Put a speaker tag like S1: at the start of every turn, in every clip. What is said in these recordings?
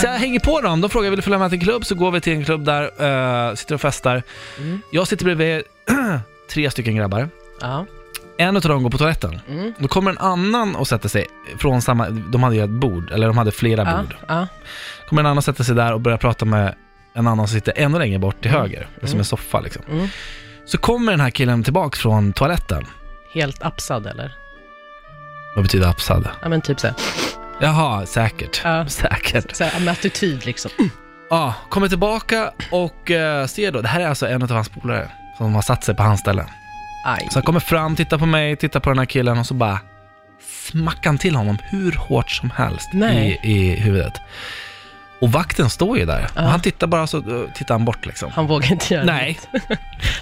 S1: Så jag hänger på dem, de frågar vill du följa med till en klubb, så går vi till en klubb där, eh, sitter och festar.
S2: Mm.
S1: Jag sitter bredvid tre stycken grabbar.
S2: Ja.
S1: En av dem går på toaletten.
S2: Mm.
S1: Då kommer en annan och sätter sig från samma, de hade ju ett bord, eller de hade flera
S2: Ja.
S1: bord.
S2: Ja.
S1: Kommer en annan och sätter sig där och börjar prata med en annan som sitter ännu längre bort till höger, som en soffa liksom.
S2: Mm.
S1: Så kommer den här killen tillbaks från toaletten.
S2: Helt apsad eller?
S1: Vad betyder apsad?
S2: Ja men typ såhär,
S1: Jaha, säkert.
S2: Ja.
S1: Säkert.
S2: såhär med attityd liksom.
S1: Ja, kommer tillbaka och eh, ser då, det här är alltså en av hans polare som har satt sig på hans ställe.
S2: Aj.
S1: Så han kommer fram, tittar på mig, tittar på den här killen och så bara smackar han till honom hur hårt som helst i,
S2: Nej.
S1: i huvudet. Och vakten står ju där.
S2: Ja.
S1: Och han tittar bara så eh, tittar han bort liksom.
S2: Han vågar inte göra
S1: Nej,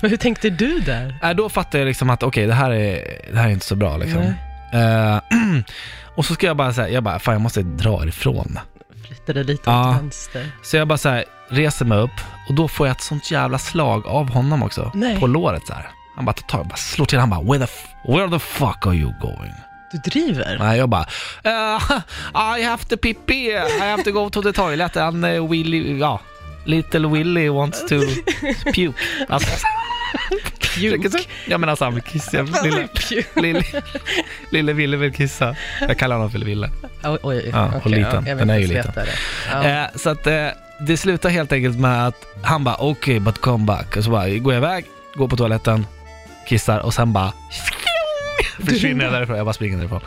S2: Men hur tänkte du där?
S1: äh, då fattar jag liksom att okej, det, här är, det här är inte så bra liksom. Eh, och så ska jag bara säga, jag bara, fan jag måste dra ifrån.
S2: Flyttade lite
S1: Ja.
S2: åt vänster.
S1: Så jag bara så här, reser mig upp och då får jag ett sånt jävla slag av honom också.
S2: Nej.
S1: På låret så här. Han bara tar tag, bara slår till, han bara where the, f- where the fuck are you going?
S2: Du driver?
S1: Nej, jag bara uh, I have to pee pee, I have to go to the toilet and uh, Willy, ja, little Willy wants to puke. Alltså,
S2: Puke.
S1: jag menar alltså han vill kissa, lille,
S2: Puke.
S1: lille, lille Wille vill kissa. Jag kallar honom för Wille.
S2: Oj, oj.
S1: Ja, och
S2: okej,
S1: liten.
S2: jag vill
S1: Den är ju
S2: inte ens
S1: liten.
S2: veta det. Ja.
S1: Eh, så att eh, det slutar helt enkelt med att han bara okej but come back. Och så bara går jag iväg, går på toaletten, kissar och sen bara försvinner jag därifrån. Jag bara springer därifrån.